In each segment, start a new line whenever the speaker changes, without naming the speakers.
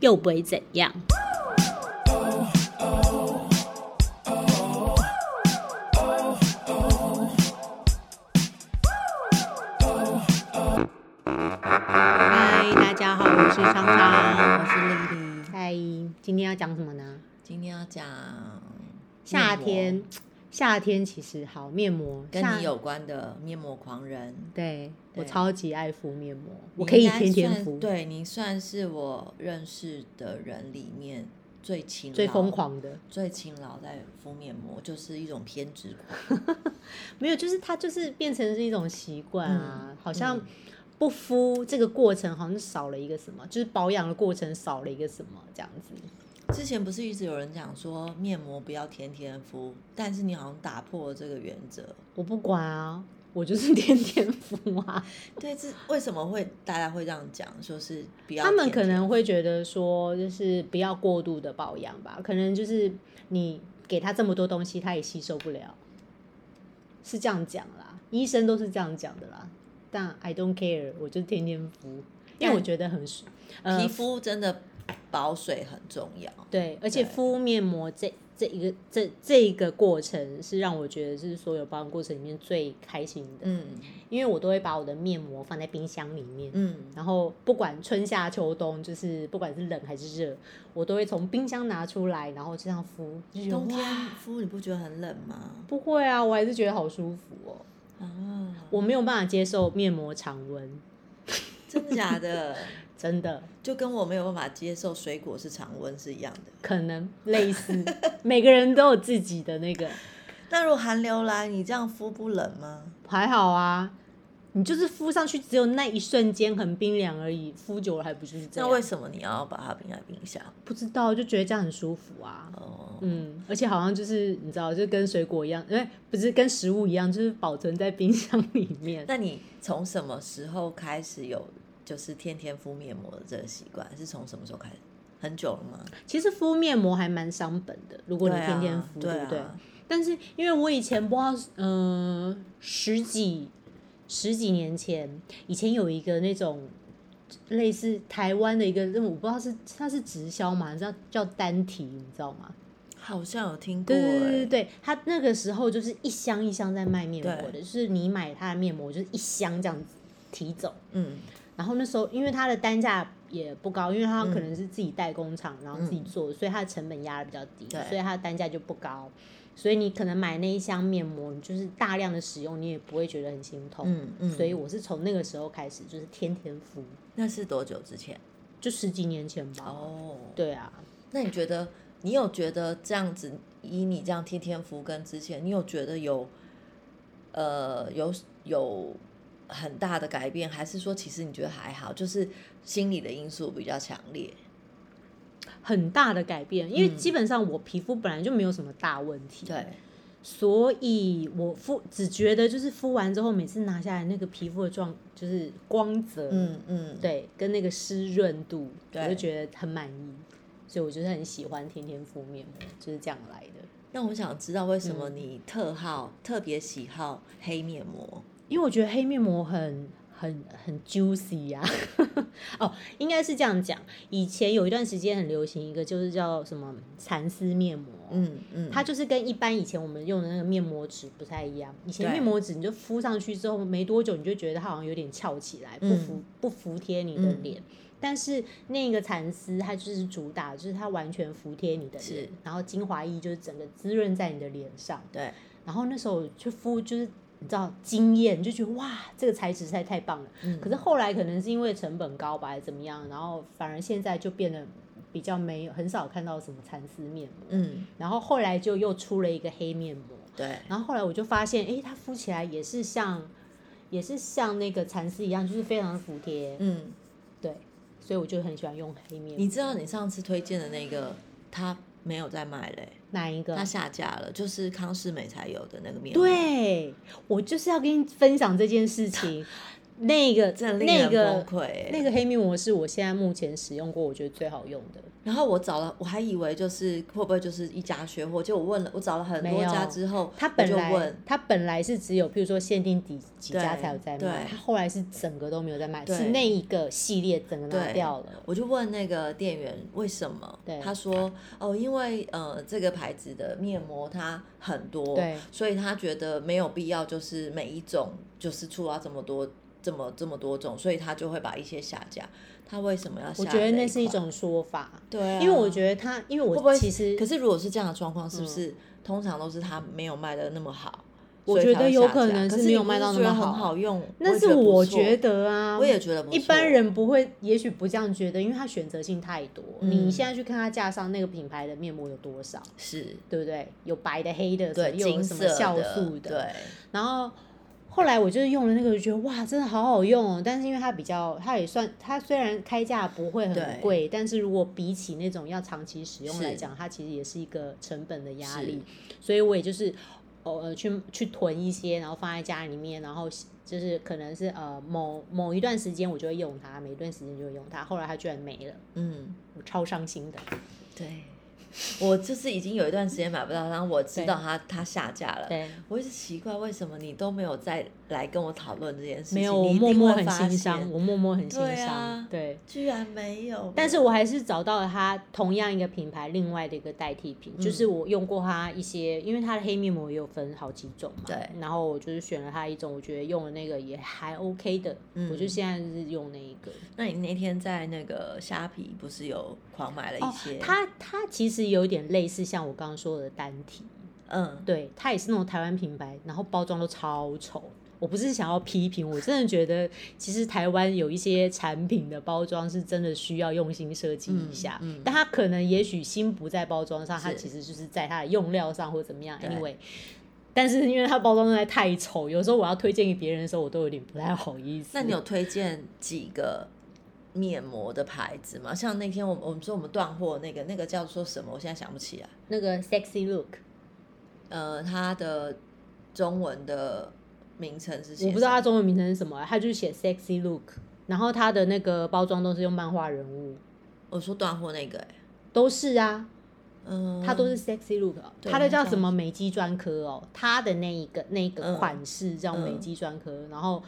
又不会怎样。嗨，大家好，我是常常。
我是丽丽。
嗨，今天要讲什么呢？
今天要讲
夏
面膜
天，夏天其实好面膜，
跟
夏
你有关的面膜狂人，
对我
对
超级爱敷面膜，我
你
可以
应该
天天
算
敷，
对你算是我认识的人里面最勤劳
最疯、狂的。
最勤劳在敷面膜，就是一种偏执狂。
没有，就是它就是变成是一种习惯啊，
嗯
好像
嗯
不敷这个过程好像少了一个什么，就是保养的过程少了一个什么这样子。
之前不是一直有人讲说面膜不要天天敷，但是你好像打破了这个原则。
我不管啊，我就是天天敷啊。
对，这为什么会大家会这样讲？说是不 要
他们
天
可
天
能会觉得说，就是不要过度的保养吧，可能就是你给他这么多东西，他也吸收不了，是这样讲啦，医生都是这样讲的啦。但 I don't care，我就天天敷，因为
但
我觉得很舒，呃
皮肤真的保水很重要。
对，而且
对
敷面膜这这一个这这一个过程是让我觉得是所有保养过程里面最开心的，
嗯
因为我都会把我的面膜放在冰箱里面，
嗯，
然后不管春夏秋冬，就是不管是冷还是热，我都会从冰箱拿出来，然后这样敷，就觉得
冬天
哇
敷你不觉得很冷吗？
不会啊，我还是觉得好舒服哦，
啊，
我没有办法接受面膜常温，
真的假的？
真的
就跟我没有办法接受水果是常温是一样的。
可能类似， 每个人都有自己的那个。
那如果寒流来，你这样敷不冷吗？
还好啊，你就是敷上去只有那一瞬间很冰凉而已，敷久了还不就是这
那
样？
为什么你要把它冰在冰箱？
不知道就觉得这样很舒服啊。
哦，
嗯，而且好像就是你知道，就跟水果一样，哎，不是跟食物一样，就是保存在冰箱里面。
那你从什么时候开始有就是天天敷面膜的这个习惯？是从什么时候开始？很久了吗？
其实敷面膜还蛮伤本的，如果你
对啊
天天敷，
对
不对？
啊
但是因为我以前不知道，嗯、十几十几年前，以前有一个那种类似台湾的一个，我不知道是它是直销嘛，你知道叫单体，你知道吗？
好像有听过、
对
欸。
对对对对，它那个时候就是一箱一箱在卖面膜的，
对
就是你买它的面膜就是一箱这样子提走。
嗯
然后那时候因为它的单价也不高，因为它
嗯
可能是自己代工厂，然后自己做，所以它的成本压的比较低
对，
所以它的单价就不高。所以你可能买那一箱面膜，你就是大量的使用，你也不会觉得很心痛。
嗯嗯，
所以我是从那个时候开始，就是天天敷，
那是多久之前？
就十几年前吧。
哦，
对啊，
那你觉得，你有觉得这样子，以你这样天天服跟之前，你有觉得有，呃，有有很大的改变，还是说其实你觉得还好，就是心理的因素比较强烈？
很大的改变，因为
嗯
基本上我皮肤本来就没有什么大问题。
对，
所以我敷只觉得就是敷完之后，每次拿下来那个皮肤的状就是光泽，，
嗯嗯，，
对，跟那个湿润度，
对
我就觉得很满意，所以我就是很喜欢天天敷面膜，就是这样来的。
那我想知道为什么
嗯
你特好、特别喜好黑面膜？
因为我觉得黑面膜很很很 juicy 呀、 哦，应该是这样讲。以前有一段时间很流行一个，就是叫什么蚕丝面膜，
嗯嗯，
它就是跟一般以前我们用的那个面膜纸不太一样。以前
对
面膜纸你就敷上去之后没多久，你就觉得它好像有点翘起来，不
嗯
服、不服帖你的
嗯
脸。但是那个蚕丝它就是主打，就是它完全服帖你的脸
是，
然后精华液就是整个滋润在你的脸上。
对，
然后那时候就敷就是。你知道惊艳，就觉得哇，这个材质实在太棒了。
嗯
可是后来可能是因为成本高吧，还是怎么样，然后反而现在就变得比较没有，很少看到什么蚕丝面膜。
嗯，
然后后来就又出了一个黑面膜，
对，
然后后来我就发现，诶，它敷起来也是像，也是像那个蚕丝一样，就是非常服帖，
嗯，
对，所以我就很喜欢用黑面
你
膜。
知道你上次推荐的那个，它没有在卖嘞、
哪一个
它？下架了，就是康士美才有的那个面膜。，
对，我就是要跟你分享这件事情。那个
真的令
那
人
个
崩溃欸
那个黑密膜是我现在目前使用过我觉得最好用的。
然后我找了，我还以为就是会不会就是一家缺货，就我问了，我找了很
没
多
有
家之后，
它
我
本
就
来
问，
它本来是只有，譬如说限定几几
对
家才有在卖
对，
它后来是整个都没有在卖，
对
是那一个系列整个拿
对
掉了。
我就问那个店员为什么
对，
他说哦，因为呃这个牌子的面膜它很多
对，
所以他觉得没有必要就是每一种就是出啊这么多这么这么多种，所以他就会把一些下架。他为什么要下？
我觉得那是一。种说法，
对啊、
因为我觉得它，因为
会不
我
会
其实
可是如果是这样的状况，是不是、通常都是他没有卖的那么好？
我
所以
觉
才
得
会
有
下
可
架
能
可
是没
你
有
不
卖
是
到那
觉得
么
很
好
好用，
那
也
是
不
我
错
觉得啊，
我也觉得不
一般
错
人不会，也许不这样觉得，因为它选择性太多。你
嗯
现在去看它架上那个品牌的面膜有多少，
是
对不对？有白的、黑的，什么
对
又有
金
什么
色
酵素的，
对，
然后后来我就是用了那个，就觉得哇，真的好好用哦。但是因为它比较，它也算，它虽然开价不会很
对
贵，但是如果比起那种要长期使用来
是
讲，它其实也是一个成本的压
是
力。所以我也就是偶尔去去囤一些，然后放在家里面，然后就是可能是呃某某一段时间我就会用它，每一段时间就会用它。后来它居然没了，
嗯，
我超伤心的。
对。我就是已经有一段时间买不到，然后我知
对
道它它下架了，
对。
我一直奇怪为什么你都没有再来跟我讨论这件事情，
没有，
你
我
一
默
定
默
会
很
发
心伤，
现
我默默很心
对
伤，
啊
对，
居然没有，
但是我还是找到了它同样一个品牌另外的一个代替品，
嗯
就是我用过它一些，因为它的黑面膜也有分好几种嘛，
对
然后我就是选了它一种，我觉得用的那个也还 OK 的，
嗯
我就现在是用那一个。
那你那天在那个虾皮不是有狂买了
哦
一些？，
它它其实有点类似像我刚刚说的单体，
嗯，
对，它也是那种台湾品牌，然后包装都超丑。我不是想要批评，我真的觉得其实台湾有一些产品的包装是真的需要用心设计一下，
嗯嗯
但它可能也许心不在包装上，它
是
其实就是在它的用料上或怎么样。
对
Anyway，但是因为它包装实在太丑，有时候我要推荐给别人的时候，我都有点不太好意思。
那你有推荐几个面膜的牌子吗？像那天我们我们说我们断货那个那个叫做什么？我现在想不起来。
那个 sexy look，
呃，它的中文的名称是写什么
我不知道它中文名称是什么，啊它就是写 sexy look，然后它的那个包装都是用漫画人物，
我说断货那个、欸，
都是啊，
嗯，
它都是 sexy look，哦
对
它的
它
叫
叫
什么美肌专科哦，它的那一个那一个
嗯
款式叫美
嗯
肌专科，然后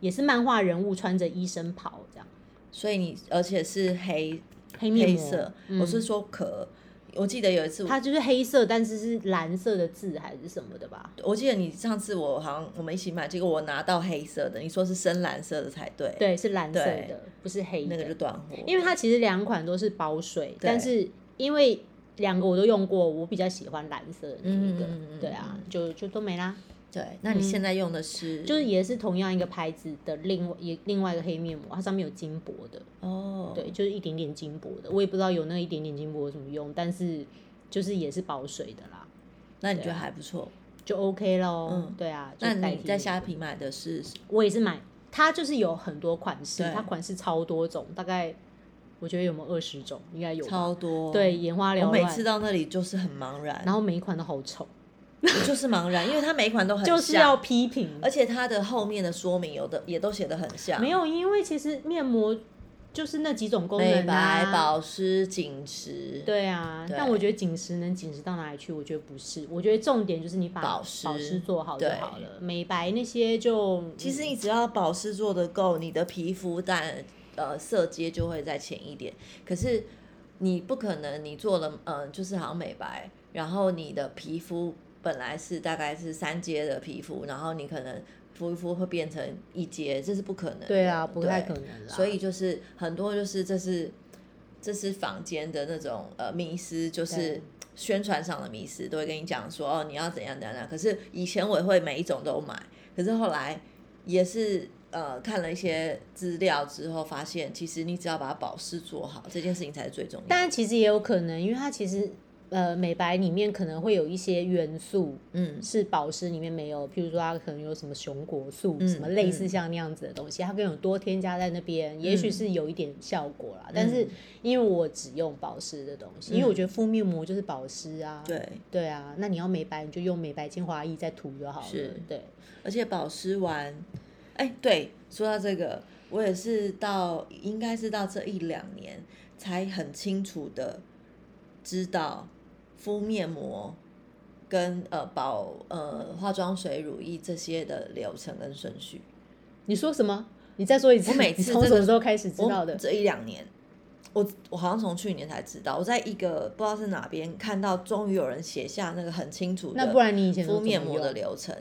也是漫画人物穿着医生袍这样，
所以你而且是黑
黑面
黑
膜
色，
嗯
我是说壳。我记得有一次我，
它就是黑色，但是是蓝色的字还是什么的吧？
我记得你上次我好像我们一起买，结果我拿到黑色的，你说是深蓝色的才对，，
对，是蓝色
对
的，不是黑
那个
的
就。断货，
因为它其实两款都是保水，
对
但是因为两个我都用过，我比较喜欢蓝色的那一个，
嗯嗯嗯嗯
对啊
嗯，
就就都没啦。
对，那你现在用的是、
嗯就是也是同样一个牌子的另外也另外一个黑面膜，它上面有金箔的，
哦，
对，就是一点点金箔的，我也不知道有那一点点金箔有什么用，但是就是也是保水的啦，
那你觉得还不错？
就 OK 咯。
嗯
对啊。就
那
代
你
替
在
那
虾
个
皮买的是
我也是买，它就是有很多款式，
对
它款式超多种，大概我觉得有没有二十种，应该有吧。
超多，
对，，眼花缭乱。
我每次到那里就是很茫然，
然后每一款都好丑，
我 就是茫然，因为它每一款都很像，
就是要批评。
而且它的后面的说明有的也都写的很像，
没有，因为其实面膜就是那几种功
美
能
白、
啊。
保湿、紧实，，
对啊，
对
但我觉得紧实能紧实到哪里去？我觉得不是，我觉得重点就是你把
保湿
保湿做好就
对
好了，美白那些就嗯
其实你只要保湿做得够，你的皮肤但呃色阶就会再浅一点，可是你不可能你做了嗯、呃就是好像美白，然后你的皮肤本来是大概是三阶的皮肤，然后你可能。敷一敷会变成一阶，这是不可能的。
对啊，不太
对
可能啦。
所以就是很多就是这是这是坊间的那种呃迷思，就是
对
宣传上的迷思，都会跟你讲说哦你要怎样怎样怎样。可是以前我也会每一种都买，可是后来也是呃看了一些资料之后，发现其实你只要把保湿做好，这件事情才是最重要的。
但其实也有可能，因为它其实呃美白里面可能会有一些元素，
嗯，
是保湿里面没有，譬如说它可能有什么熊果素，
嗯
什么类似
嗯
像那样子的东西，它可能有多添加在那边，也许是有一点效果啦。但是
嗯
因为我只用保湿的东西，因为我觉得敷面膜就是保湿啊。。
对，
对啊，那你要美白，你就用美白精华液再涂就好了
是。
对，
而且保湿完。哎，对，说到这个，我也是到应该是到这一两年才很清楚的知道敷面膜跟呃保呃化妆水、乳液这些的流程跟顺序。
你说什么？你再说一次。
我每
你
次
从
这
什么
个
时候开始知道的
我？这一两年，我我好像从去年才知道，我在一个不知道是哪边看到，终于有人写下那个很清楚的
那不然你以前都
敷
怎么
面膜的
用
流程，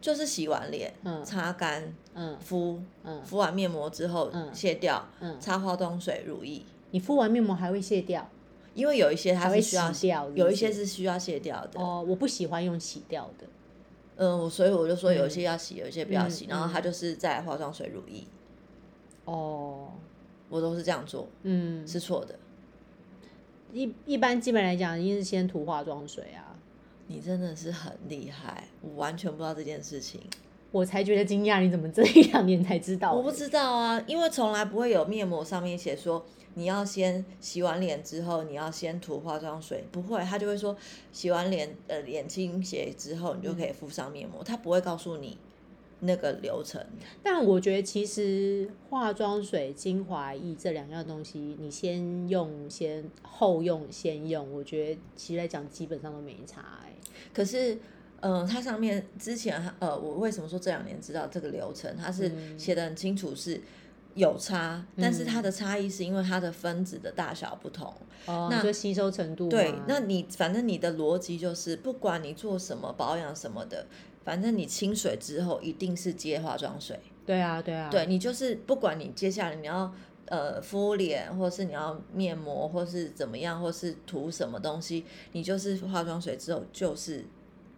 就是洗完脸、
嗯
擦干、
嗯
敷，
嗯，
敷完面膜之后
嗯
卸掉，
嗯
擦化妆水、乳液，
你敷完面膜还会卸掉？
因为有一些它
还
是
会
需要
洗掉是不
有一些
是
是需要卸掉的。
哦，我不喜欢用洗掉的。
嗯，我所以我就说有一
嗯
些要洗，有一些不要
嗯
洗，然后它
嗯
就是在化妆水、乳液，
哦，
我都是这样做，
嗯，
是错的。
一一般基本来讲，一定是先涂化妆水啊。
你真的是很厉害，我完全不知道这件事情，
我才觉得惊讶，你怎么这一两年才知道？
我不知道啊，因为从来不会有面膜上面写说你要先洗完脸之后，你要先涂化妆水，不会，他就会说洗完脸呃脸清洁之后，你就
嗯
可以敷上面膜，他不会告诉你那个流程。
但我觉得其实化妆水、精华液这两样东西，你先用先后用先用，我觉得其实来讲基本上都没差、欸。
可是，嗯、它上面之前它呃，我为什么说这两年知道这个流程，它是
嗯
写的很清楚是有差，但是它
嗯
的差异是因为它的分子的大小不同。
哦，
那
你说吸收程度
对
吗，
那你反正你的逻辑就是，不管你做什么保养什么的，反正你清水之后一定是接化妆水。
对啊对啊，
对你就是不管你接下来你要呃敷脸，或是你要面膜，或是怎么样，或是涂什么东西，你就是化妆水之后就是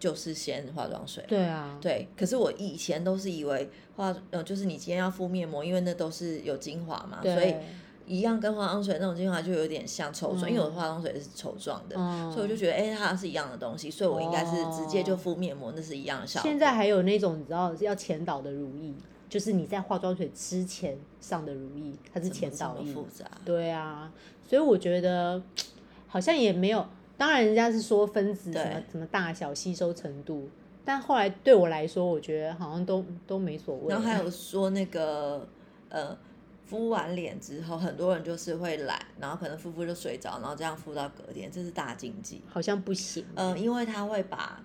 就是先化妆水。
对啊，
对，可是我以前都是以为化呃，就是你今天要敷面膜，因为那都是有精华嘛，
对
所以一样跟化妆水那种精华就有点像稠状，因为我
嗯
的化妆水是稠状的，
嗯，哦
所以我就觉得哎、它是一样的东西，所以我应该是直接就敷面膜，那是一样的效果。
现在还有那种你知道要前导的乳液，就是你在化妆水之前上的乳液，它是
怎么
前
这
导
么
液，
复杂？
对啊，所以我觉得好像也没有，当然人家是说分子什么
对
什么大小、吸收程度，但后来对我来说，我觉得好像都都没所谓。
然后还有说那个呃，敷完脸之后，很多人就是会懒，然后可能敷敷就睡着，然后这样敷到隔天，这是大禁忌。
好像不行，
呃，因为它会把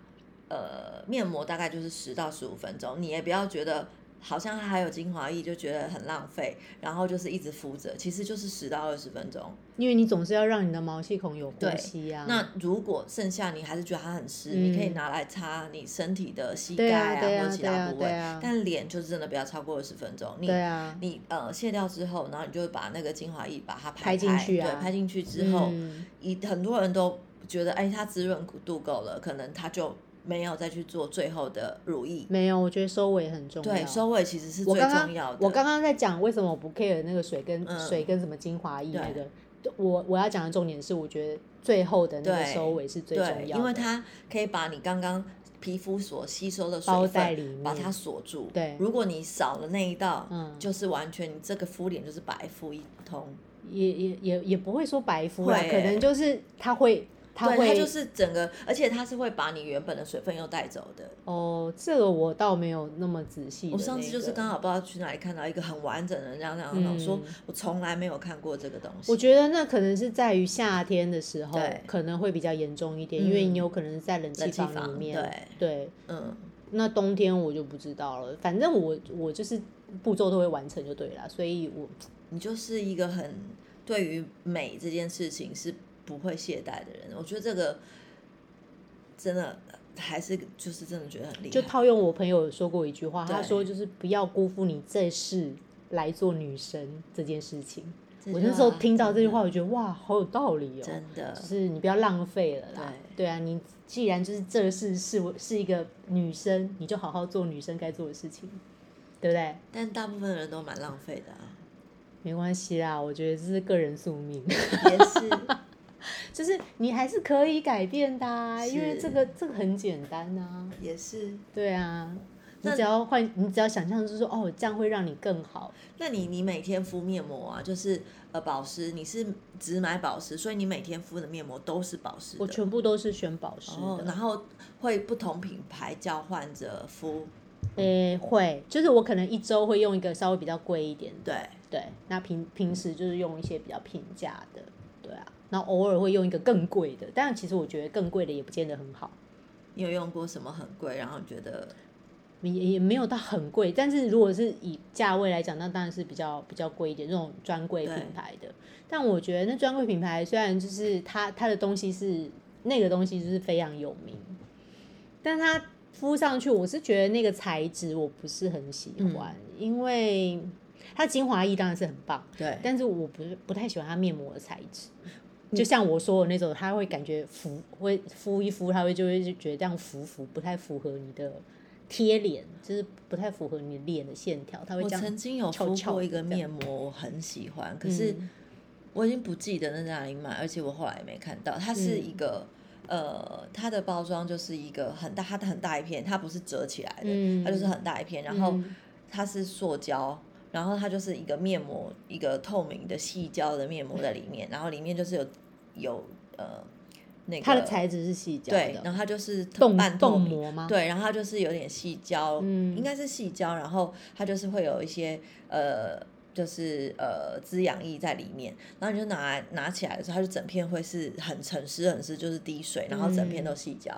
呃面膜大概就是十到十五分钟，你也不要觉得好像它还有精华液就觉得很浪费，然后就是一直敷着，其实就是十到二十分钟。
因为你总是要让你的毛细孔有呼
对
吸啊。
那如果剩下你还是觉得它很湿，你可以
嗯
拿来擦你身体的膝
对
盖
啊对
或
啊
者其
对
他
啊
部
对
位，
啊
但脸就是真的不要超过二十分钟。你
对啊，
你呃卸掉之后，然后你就把那个精华液把它
拍
拍
进去啊
对，拍进去之后，
嗯
一很多人都觉得哎，它滋润度够了，可能他就没有再去做最后的乳液。
没有，我觉得收尾很重要。
对，收尾其实是
我
最
刚
重要
刚
的。
我刚刚在讲为什么我不 care 那个水跟、
嗯
水跟什么精华液
对
那个，我我要讲的重点是，我觉得最后的那个
对
收尾是最重要
对，
的，
因为它可以把你刚刚皮肤所吸收的水
包
分
在里面
把它锁住。
对
如果你少了那一道，
嗯
就是完全你这个敷脸就是白敷一通。
也也也也不会说白敷啦，
会
可能就是它会它
对，
会
它就是整个，而且它是会把你原本的水分又带走的。
哦，这个我倒没有那么仔细、
我上次就是刚
好，
好不知道去哪里看到一个很完整的人这样那样，
嗯
我说我从来没有看过这个东西。
我觉得那可能是在于夏天的时候
对
可能会比较严重一点，因为
嗯
你有可能是在冷气
冷气
房里
房
面，
对
对，
嗯，
那冬天我就不知道了，反正我我就是步骤都会完成就对了，所以我
你就是一个很对于美这件事情是不会懈怠的人。我觉得这个真的还是就是真的觉得很厉害。
就套用我朋友有说过一句话，他
对
说就是不要辜负你这世来做女神这件事情。
这
我
句
那时候
话
听到这句
啊真
话，
的
我觉得哇，好有道理哦，
真的
就是你不要浪费了啦。对啊，你既然就是这是是我是一个女生，你就好好做女生该做的事情，对不对？
但大部分人都蛮浪费的 啊，
没关系啦，我觉得这是个人宿命，
也是
就是你还是可以改变的、啊，因为
是
这个这个很简单啊。
也是。
对啊，你
那
只要换，你只要想象就是说，哦，这样会让你更好。
那你你每天敷面膜啊，就是呃保湿，你是只买保湿，所以你每天敷的面膜都是保湿的。
我全部都是选保湿的，
哦，然后会不同品牌交换着敷，
诶、会，就是我可能一周会用一个稍微比较贵一点的，
对，
对，那平平时就是用一些比较平价的，对啊，然后偶尔会用一个更贵的，但其实我觉得更贵的也不见得很好，
你有用过什么很贵，然后你觉得
也也没有到很贵，但是如果是以价位来讲，那当然是比较比较贵一点，这种专柜品
对
牌的。但我觉得那专柜品牌虽然就是它它的东西是那个东西就是非常有名，但它敷上去，我是觉得那个材质我不是很喜欢，因为它精华液当然是很棒，
对？
但是我不是不太喜欢它面膜的材质。
嗯
就像我说的那种，它会感觉敷会敷一敷，它会就会就觉得这样敷敷不太符合你的贴脸，就是不太符合你脸的线条，它会
我
这样。
曾经有
翘
敷
翘
过一
的
个
这样
面膜，我很喜欢，可是
嗯
我已经不记得那在哪里买，而且我后来也没看到。它是
嗯
一个、呃，它的包装就是一个很大，它很大一片，它不是折起来的，
嗯
它就是很大一片，然后
嗯
它是塑胶。然后它就是一个面膜，一个透明的细胶的面膜在里面，然后里面就是有有呃那个
它的材质是细胶
对，然
的，
后它就是
冻
半透
冻
明
膜吗？，
对，然后它就是有点细胶，
嗯
应该是细胶，然后它就是会有一些呃，就是呃滋养液在里面，然后你就拿拿起来的时候，它就整片会是很很湿很湿，就是滴水，然后整片
嗯
都细胶，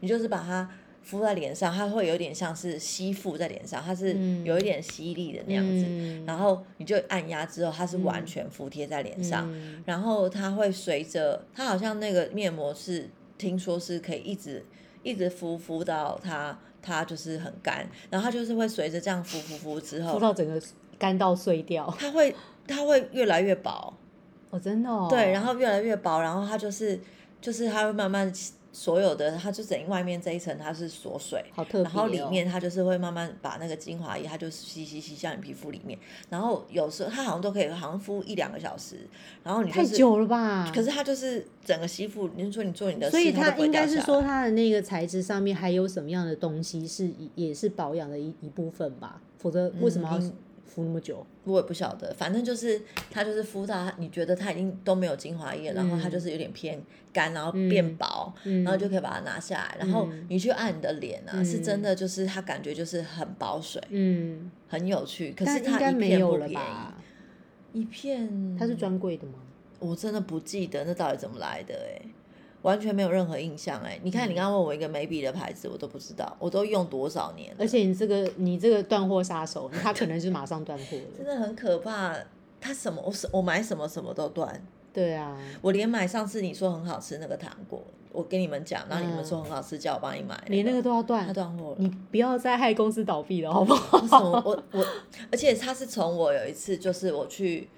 你就是把它。敷在脸上，它会有点像是吸附在脸上，它是
嗯
有一点吸力的那样子。
嗯
然后你就按压之后，它是完
嗯
全服贴在脸上，
嗯
然后它会随着它好像那个面膜是听说是可以一直一直敷敷到它它就是很干，然后它就是会随着这样敷敷敷之
敷
后，
到整个干到碎掉。
它会它会越来越薄，
哦，真的哦。
对，然后越来越薄，然后它就是就是它会慢慢所有的它就整个外面这一层它是锁水，
好特别、哦。
然后里面它就是会慢慢把那个精华液，它就吸吸吸向你皮肤里面，然后有时候它好像都可以好像敷一两个小时，然后你、就
太
是、
久了吧？
可是它就是整个吸附，你就说你做你的事，
啊所以
它都
它
不会
应该
掉
是
下
说
来，
它的那个材质上面还有什么样的东西是一也是保养的一一部分吧，否则为什么要
嗯
敷那么久？
我也不晓得，反正就是它就是敷到它，你觉得它已经都没有精华液，然后它
嗯
就是有点偏干，然后变
嗯
薄，
嗯，
然后就可以把它拿下来，然后
嗯
你去按你的脸啊，是真
嗯
的就是它感觉就是很保水，
嗯，
很有趣，可是
但应
它
该
一
没
片
有
不
了
便宜，
吧？
一片
它是专柜的吗？
我真的不记得那到底怎么来的哎、完全没有任何印象哎、你
嗯
看，你刚刚问我一个眉笔的牌子，我都不知道，我都用多少年了，
而且你这个你这个断货杀手，他可能就是马上断货
真
了。
的很可怕。它什么，我什我买什么什么都断，
对啊，
我连买上次你说很好吃那个糖果，我跟你们讲，然后你们说很好吃，叫我帮你买、
连那个都要
它
断，
断货了。
你不要再害公司倒闭了，好不好？
为什么我我，而且他是从我有一次，就是我去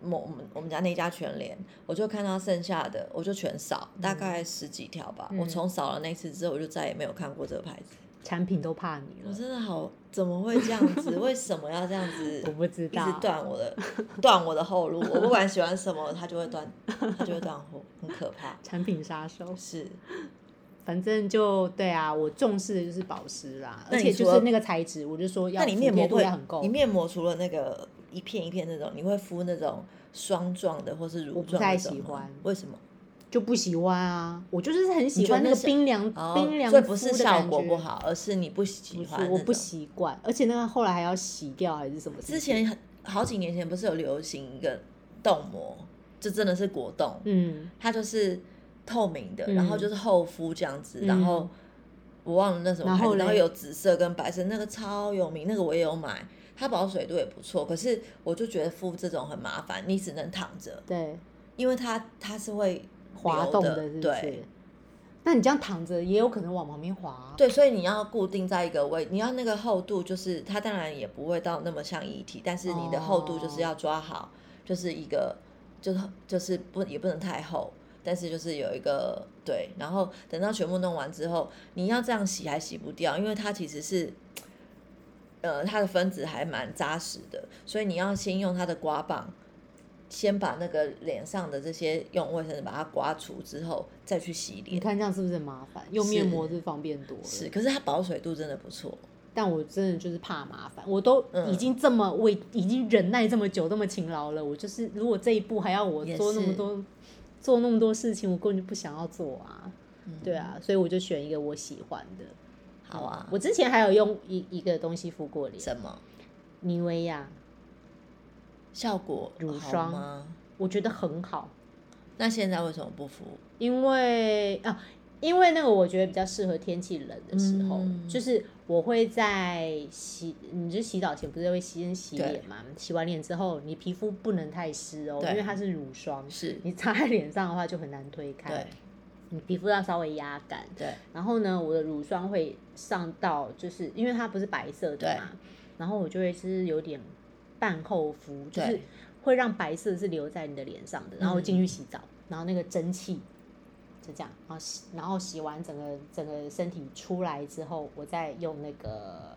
某我们我们家那家全联，我就看到剩下的，我就全扫，大概十几条吧。我
嗯
从扫了那次之后，我就再也没有看过这个牌子。
产品都怕你
我
了，
真的好，怎么会这样 子？为什么要这样子？
我不知
一直
道。
断我的 断我的后路，我不管喜欢什么，它就会断，它就会断货，很可怕。
产品杀手，
是，
反正就对啊，我重视的就是保湿啦，
那
而
你
且就
除了
是那个材质，我就说要
那你
服
面
帖
膜
度
会
要很够，
你面膜除了那个一片一片那种，你会敷那种霜状的或是乳
我
状
不
那
太
种
喜
吗
欢
为什么？
就不喜欢啊。我就是很喜
觉得
欢
那
个
是
冰凉、
哦，
冰凉，
所以不是效果不，好，而是你不喜
不
欢那
是
种。
我不习惯，而且那个后来还要洗掉还是什么？
之前很好几年前不是有流行一个冻膜，这真的是果冻，
嗯
它就是透明的，
嗯
然后就是厚敷这样子，然后
嗯
我忘了那什么
然
牌
后
子，然后
嘞
有紫色跟白色，那个超有名，那个我也有买。它保水度也不错，可是我就觉得敷这种很麻烦，你只能躺着，
对
因为它它是会
滑
流
动
的，
是不
对
是？那你这样躺着也有可能往旁边滑啊、
对，所以你要固定在一个位，你要那个厚度，就是它当然也不会到那么像液体，但是你的厚度
哦
就是要抓好，就是一个就是就是不也不能太厚，但是就是有一个对，然后等到全部弄完之后，你要这样洗还洗不掉，因为它其实是。呃，它的分子还蛮扎实的，所以你要先用它的刮棒，先把那个脸上的这些用卫生纸把它刮除之后，再去洗
你
脸。
看这样是不是很麻烦？用面膜是方便多了，
是，可是它保水度真的不错。
但我真的就是怕麻烦，我都
嗯
已经这么我已经忍耐这么久，这么勤劳了，我就是如果这一步还要我
也
做那么
是
多做那么多事情，我根本就不想要做啊。
嗯
对啊，所以我就选一个我喜欢的。
好啊，
我之前还有用一一个东西敷过脸，
什么
妮维雅，
效果
乳
好
霜
吗？
我觉得很好，
那现在为什么不敷？
因为啊，因为那个我觉得比较适合天气冷的时候，
嗯
就是我会在洗，你就洗澡前不是会先洗
对
脸嘛？洗完脸之后，你皮肤不能太湿哦，
对
因为它是乳霜，
是，
你擦在脸上的话就很难推开
对，
你皮肤要稍微压干。
对
然后呢，我的乳霜会上到，就是因为它不是白色的
对
嘛，然后我就会是有点半厚敷，就是
对
会让白色是留在你的脸上的。然后我进去洗澡，然后那个蒸汽就这样，然后洗，然后洗完整个整个身体出来之后，我再用那个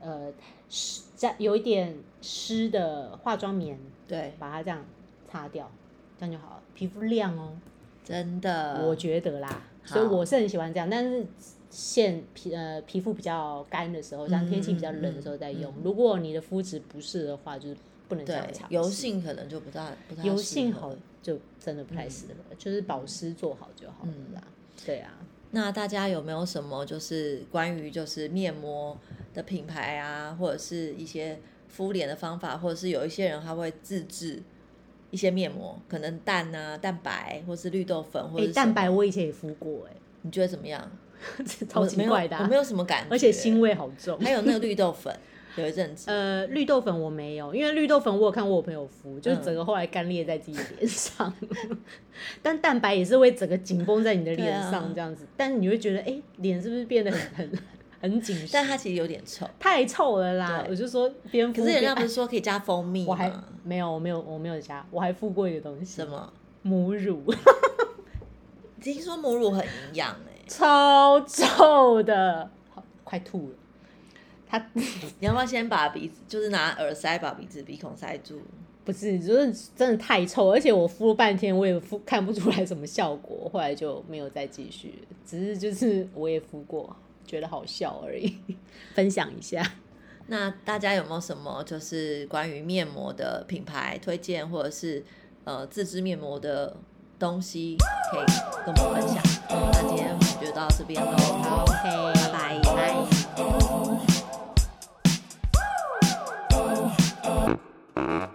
呃湿加有一点湿的化妆棉
对，
把它这样擦掉，这样就好了，皮肤亮哦。
真的，
我觉得啦，所以
呃好
我是很喜欢这样。但是现皮呃皮肤比较干的时候，像天气比较冷的时候再用。
嗯嗯嗯嗯
如果你的肤质不是的话，就是不能这样
对
尝试。
油性可能就不大不太
油
适
性
合
好就真的不太适合，
嗯
就是保湿做好就好了啦。对啊，
那大家有没有什么就是关于就是面膜的品牌啊，或者是一些敷脸的方法，或者是有一些人他会自制一些面膜，可能蛋啊、蛋白，或是绿豆粉，或
哎、
者是什
蛋
么
白我以前也敷过、
你觉得怎么样？
哎， 这超
我
奇
没有
怪的啊、
我没有什么感觉，
而且腥味好重。
还有那个绿豆粉，有一阵子，
呃，绿豆粉我没有，因为绿豆粉我有看过我朋友敷，就是
嗯
整个后来干裂在自己的脸上， 但蛋白也是会整个紧绷在你的
对
脸
啊
上这样子，但你会觉得哎，脸、是不是变得很很 很紧实？
但它其实有点臭。
太臭了啦！
对
我就说边敷
可是人
边
家不
按
是说可以加蜂蜜
我还
吗？
没有，我没有，我没有加，我还敷过一个东西，
什么？
母乳，
听说母乳很营养
嗯
哎，
超臭的，好快吐了。它
你要不要先把鼻子，就是拿耳塞把鼻子鼻孔塞住？
不是，就是真的太臭，而且我敷了半天，我也敷看不出来什么效果，后来就没有再继续，只是就是我也敷过，觉得好笑而已，分享一下。
那大家有没有什么就是关于面膜的品牌推荐，或者是呃自制面膜的东西，可以跟我们分享？那今天我们就到这边喽，
OK，